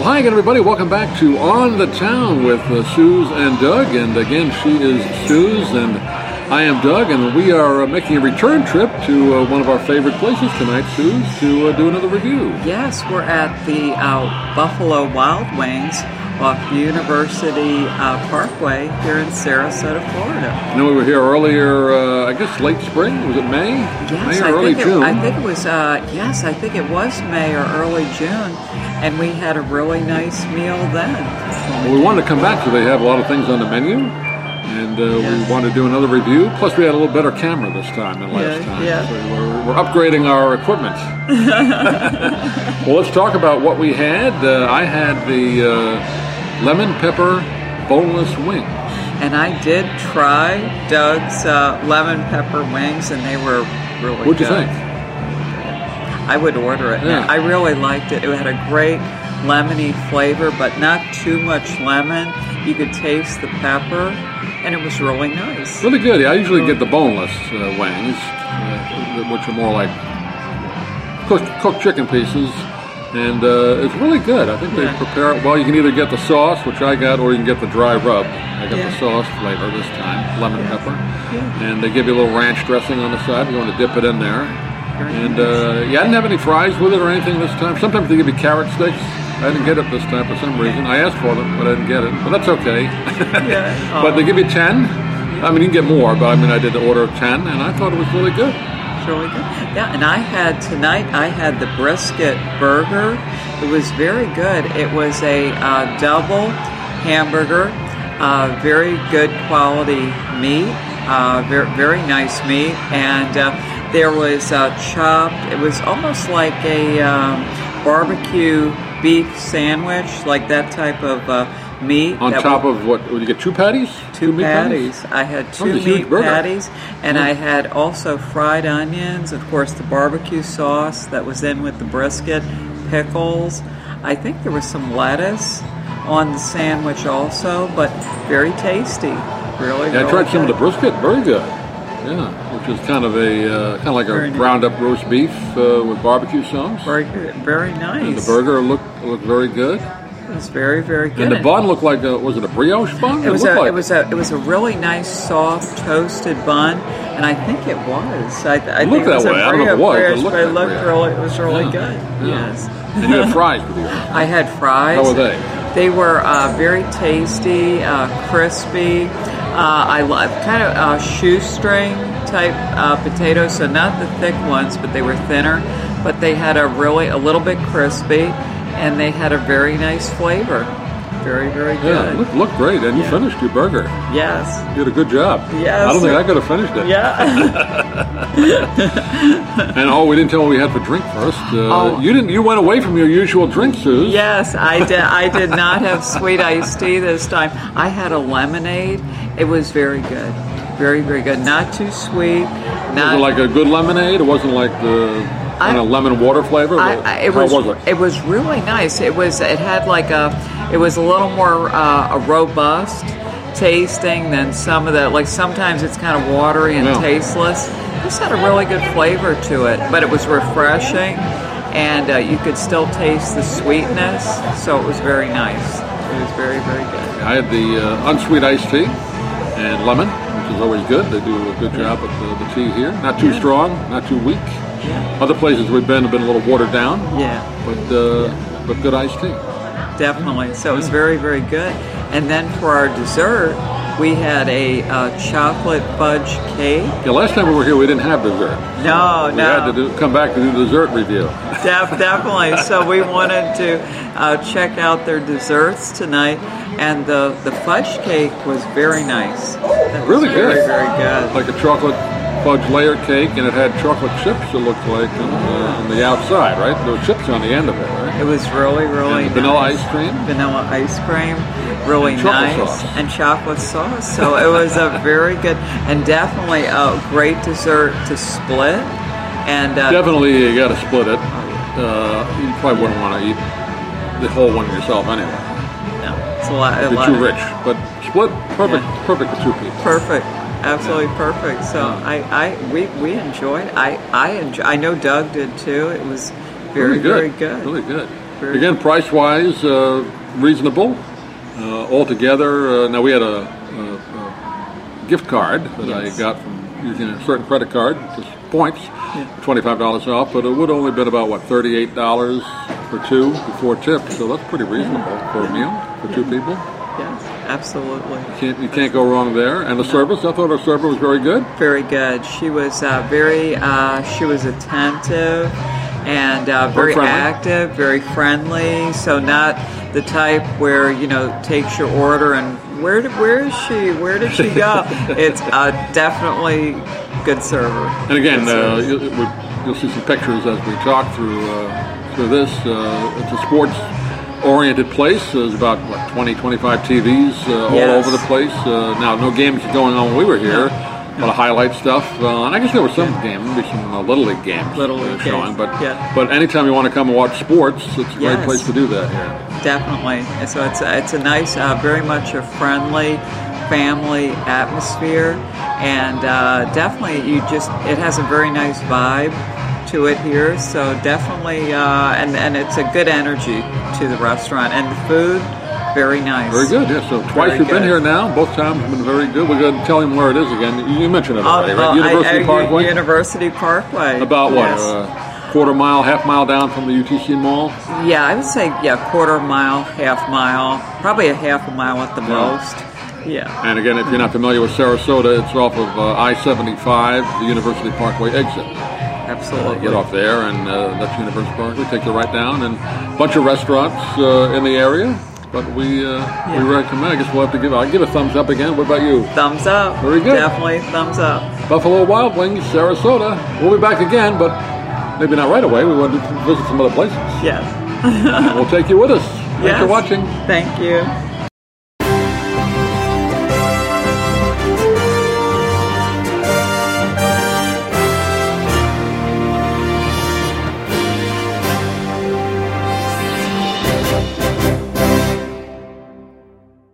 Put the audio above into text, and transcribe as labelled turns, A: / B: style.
A: morning, everybody. Welcome back to On the Town with uh, Suze and Doug. And again, she is Suze, and I am Doug. And we are uh, making a return trip to uh, one of our favorite places tonight, Suze, to uh, do another review.
B: Yes, we're at the uh, Buffalo Wild Wings off University uh, Parkway here in Sarasota, Florida.
A: I know we were here earlier, uh, I guess late spring. Was it May? May
B: Yes,
A: or
B: I
A: early
B: think, it,
A: June.
B: I think it was. Uh, yes, I think it was May or early June, and we had a really nice meal then.
A: Well, we wanted to come back because they have a lot of things on the menu, and uh,
B: Yes.
A: we wanted to do another review. Plus, we had a little better camera this time than last
B: Yeah,
A: time,
B: yeah.
A: so we're, we're upgrading our equipment. well, let's talk about what we had. Uh, I had the uh, lemon pepper boneless wing.
B: And I did try Doug's uh, lemon pepper wings, and they were really.
A: What'd you
B: good.
A: think?
B: I would order it.
A: Yeah.
B: I really liked it. It had a great lemony flavor, but not too much lemon. You could taste the pepper, and it was really nice.
A: Really good. I usually get the boneless uh, wings, uh, which are more like cooked, cooked chicken pieces, and uh, it's really good. I think they
B: Yeah.
A: prepare it well. You can either get the sauce, which I got, or you can get the dry rub. I got the
B: Yeah.
A: sauce flavor this time, lemon pepper,
B: Yeah.
A: and they give you a little ranch dressing on the side. You want to dip it in there,
B: Very
A: and uh, yeah, I didn't have any fries with it or anything this time. Sometimes they give you carrot sticks. I didn't get it this time for some reason. I asked for them, but I didn't get it. But that's okay.
B: Yeah.
A: But they give you 10. I mean, you can get more, but I mean, I did the order of 10, and I thought it was really good.
B: It's really good. Yeah, and I had tonight. I had the brisket burger. It was very good. It was a uh, double hamburger, uh, very good quality meat, uh, very, very nice meat, and uh, there was uh, chopped. It was almost like a um, barbecue beef sandwich, like that type of uh, meat.
A: On
B: that
A: top of what? Would you get two patties?
B: two
A: meat
B: patties. I had
A: was
B: two
A: a huge
B: meat
A: burger.
B: patties, and I had also fried onions, of course, the barbecue sauce that was in with the brisket, pickles. I think there was some lettuce on the sandwich also, but very tasty. Really,
A: Yeah, I
B: really
A: tried some of the
B: good.
A: brisket. Very good. Yeah, which is kind of a uh, kind of like
B: Very
A: a
B: nice.
A: ground up roast beef uh, with barbecue sauce.
B: very, good- very
A: And
B: nice.
A: the burger looked looked very good,
B: It was very, very good.
A: and the bun looked like a, was it a brioche bun?
B: It was
A: looked
B: a
A: like
B: it was a it was a really nice soft toasted bun, and I think it was. I, I think
A: looked
B: it was
A: that
B: a
A: way. I don't know if it was, but it
B: brioche,
A: looked
B: but it
A: like
B: looked
A: brioche.
B: really it was really
A: Yeah,
B: good.
A: yeah.
B: Yes,
A: and you had fries with you.
B: I had fries.
A: How were they?
B: They were uh, very tasty, uh, crispy. Uh, I love kind of uh, shoestring type uh, potatoes, so not the thick ones, but they were thinner. But they had a really a little bit crispy, and they had a very nice flavor. Very very
A: Yeah,
B: good.
A: looked, looked great, and you finished your burger.
B: yes.
A: You did a good job.
B: Yes.
A: I don't think I could have finished it.
B: Yeah.
A: And oh, we didn't tell what we had for drink first. Uh,
B: Oh.
A: You didn't. You went away from your usual drink, Suze.
B: yes, I did. I did not have sweet iced tea this time. I had a lemonade. It was very good. Very, very good. Not too sweet.
A: Was
B: Not
A: it like a good lemonade? It wasn't like the kind of lemon water flavor.
B: I, I, it
A: How
B: was,
A: was it?
B: it was really nice. It was it had like a it was a little more uh, a robust tasting than some of the like sometimes it's kind of watery and
A: Yeah.
B: tasteless. This had a really good flavor to it, but it was refreshing, and uh, you could still taste the sweetness. So it was very nice. It was very very good.
A: I had the uh, unsweet iced tea and lemon, which is always good. They do a good job with the, the tea here. Not too strong, not too weak. Other places we've been have been a little watered down,
B: Yeah.
A: but uh, but good iced tea.
B: Definitely. So it
A: Mm-hmm.
B: was very, very good. And then for our dessert, we had a uh, chocolate fudge cake.
A: Yeah, last time we were here, we didn't have dessert.
B: No,
A: We
B: no.
A: had to do, come back to do dessert review.
B: Def- definitely. So we wanted to uh, check out their desserts tonight, and the, the fudge cake was very nice. That was
A: Really
B: very,
A: good.
B: Very good.
A: like a chocolate fudge layer cake, and it had chocolate chips. It looked like on the, on the outside, right? There were chips on the end of it, right?
B: It was really, really
A: And vanilla
B: nice.
A: ice cream?
B: Vanilla ice cream, really
A: And chocolate
B: nice,
A: sauce.
B: and chocolate sauce. So it was a very good and definitely a great dessert to split. And uh,
A: Definitely, you got to split it. Uh, you probably wouldn't want to eat the whole one yourself anyway.
B: no, it's a lot. A
A: You're
B: lot
A: too
B: of-
A: rich, but split perfect, perfect for two people.
B: Perfect. Absolutely perfect. So I, I we, we enjoyed. I I enjoy, I know Doug did too. It was
A: really
B: very
A: good,
B: very good.
A: really good.
B: Very
A: Again, price wise, uh, reasonable uh, altogether. Uh, now, we had a, a, a gift card that
B: Yes.
A: I got from using a certain credit card, just points, $25 off, but it would only been about, what, $38 for two before tip. So that's pretty reasonable for a meal for two people.
B: Yes, absolutely.
A: Can't, you can't go wrong there. And the service, I thought our server was very good.
B: Very good. She was uh, very, uh, she was attentive and uh, very
A: friendly.
B: active, very friendly. So not the type where you know takes your order and where did, where is she? Where did she go? it's uh, definitely good server.
A: And again,
B: Good
A: uh,
B: service.
A: you'll, we- you'll see some pictures as we talk through uh, through this. Uh, it's a sports oriented place. There's about what 20, 25 TVs uh, all
B: Yes.
A: over the place. Uh, now, no games going on when we were here. A lot of highlight stuff, uh, and I guess there was some game, maybe some uh, little league games
B: Little
A: uh,
B: League
A: showing.
B: games,
A: But
B: yeah.
A: but anytime you want to come and watch sports, it's a great
B: Yes.
A: place to do that here.
B: Definitely. And so it's a, it's a nice, uh, very much a friendly family atmosphere, and uh, definitely you just it has a very nice vibe to it here. So definitely, uh, and and it's a good energy to the restaurant, and the food very nice.
A: Very good. Yeah. So twice
B: Very
A: you've been
B: good.
A: here now. Both times have been very good. We're going to tell him where it is again. You- You mentioned it
B: Oh,
A: already,
B: oh,
A: right?
B: I-
A: University
B: I-
A: Parkway.
B: University Parkway.
A: About what? uh,
B: Yes.
A: A quarter mile, half mile down from the UTC Mall?
B: yeah, I would say yeah, quarter mile, half mile, probably a half a mile at the most. Yeah.
A: And again, if you're not familiar with Sarasota, it's off of uh, I 75, the University Parkway exit.
B: Absolutely.
A: Get off there, and uh, that's University Parkway. Take the right down, and a bunch of restaurants uh, in the area. But we uh, we
B: Yeah.
A: recommend. I guess we'll have to give. I'll give a thumbs up again. What about you?
B: Thumbs up.
A: Very good.
B: Definitely thumbs up.
A: Buffalo Wild Wings, Sarasota. We'll be back again, but maybe not right away. We want to visit some other places.
B: Yes.
A: we'll take you with us. Thanks for
B: Yes.
A: watching.
B: Thank you.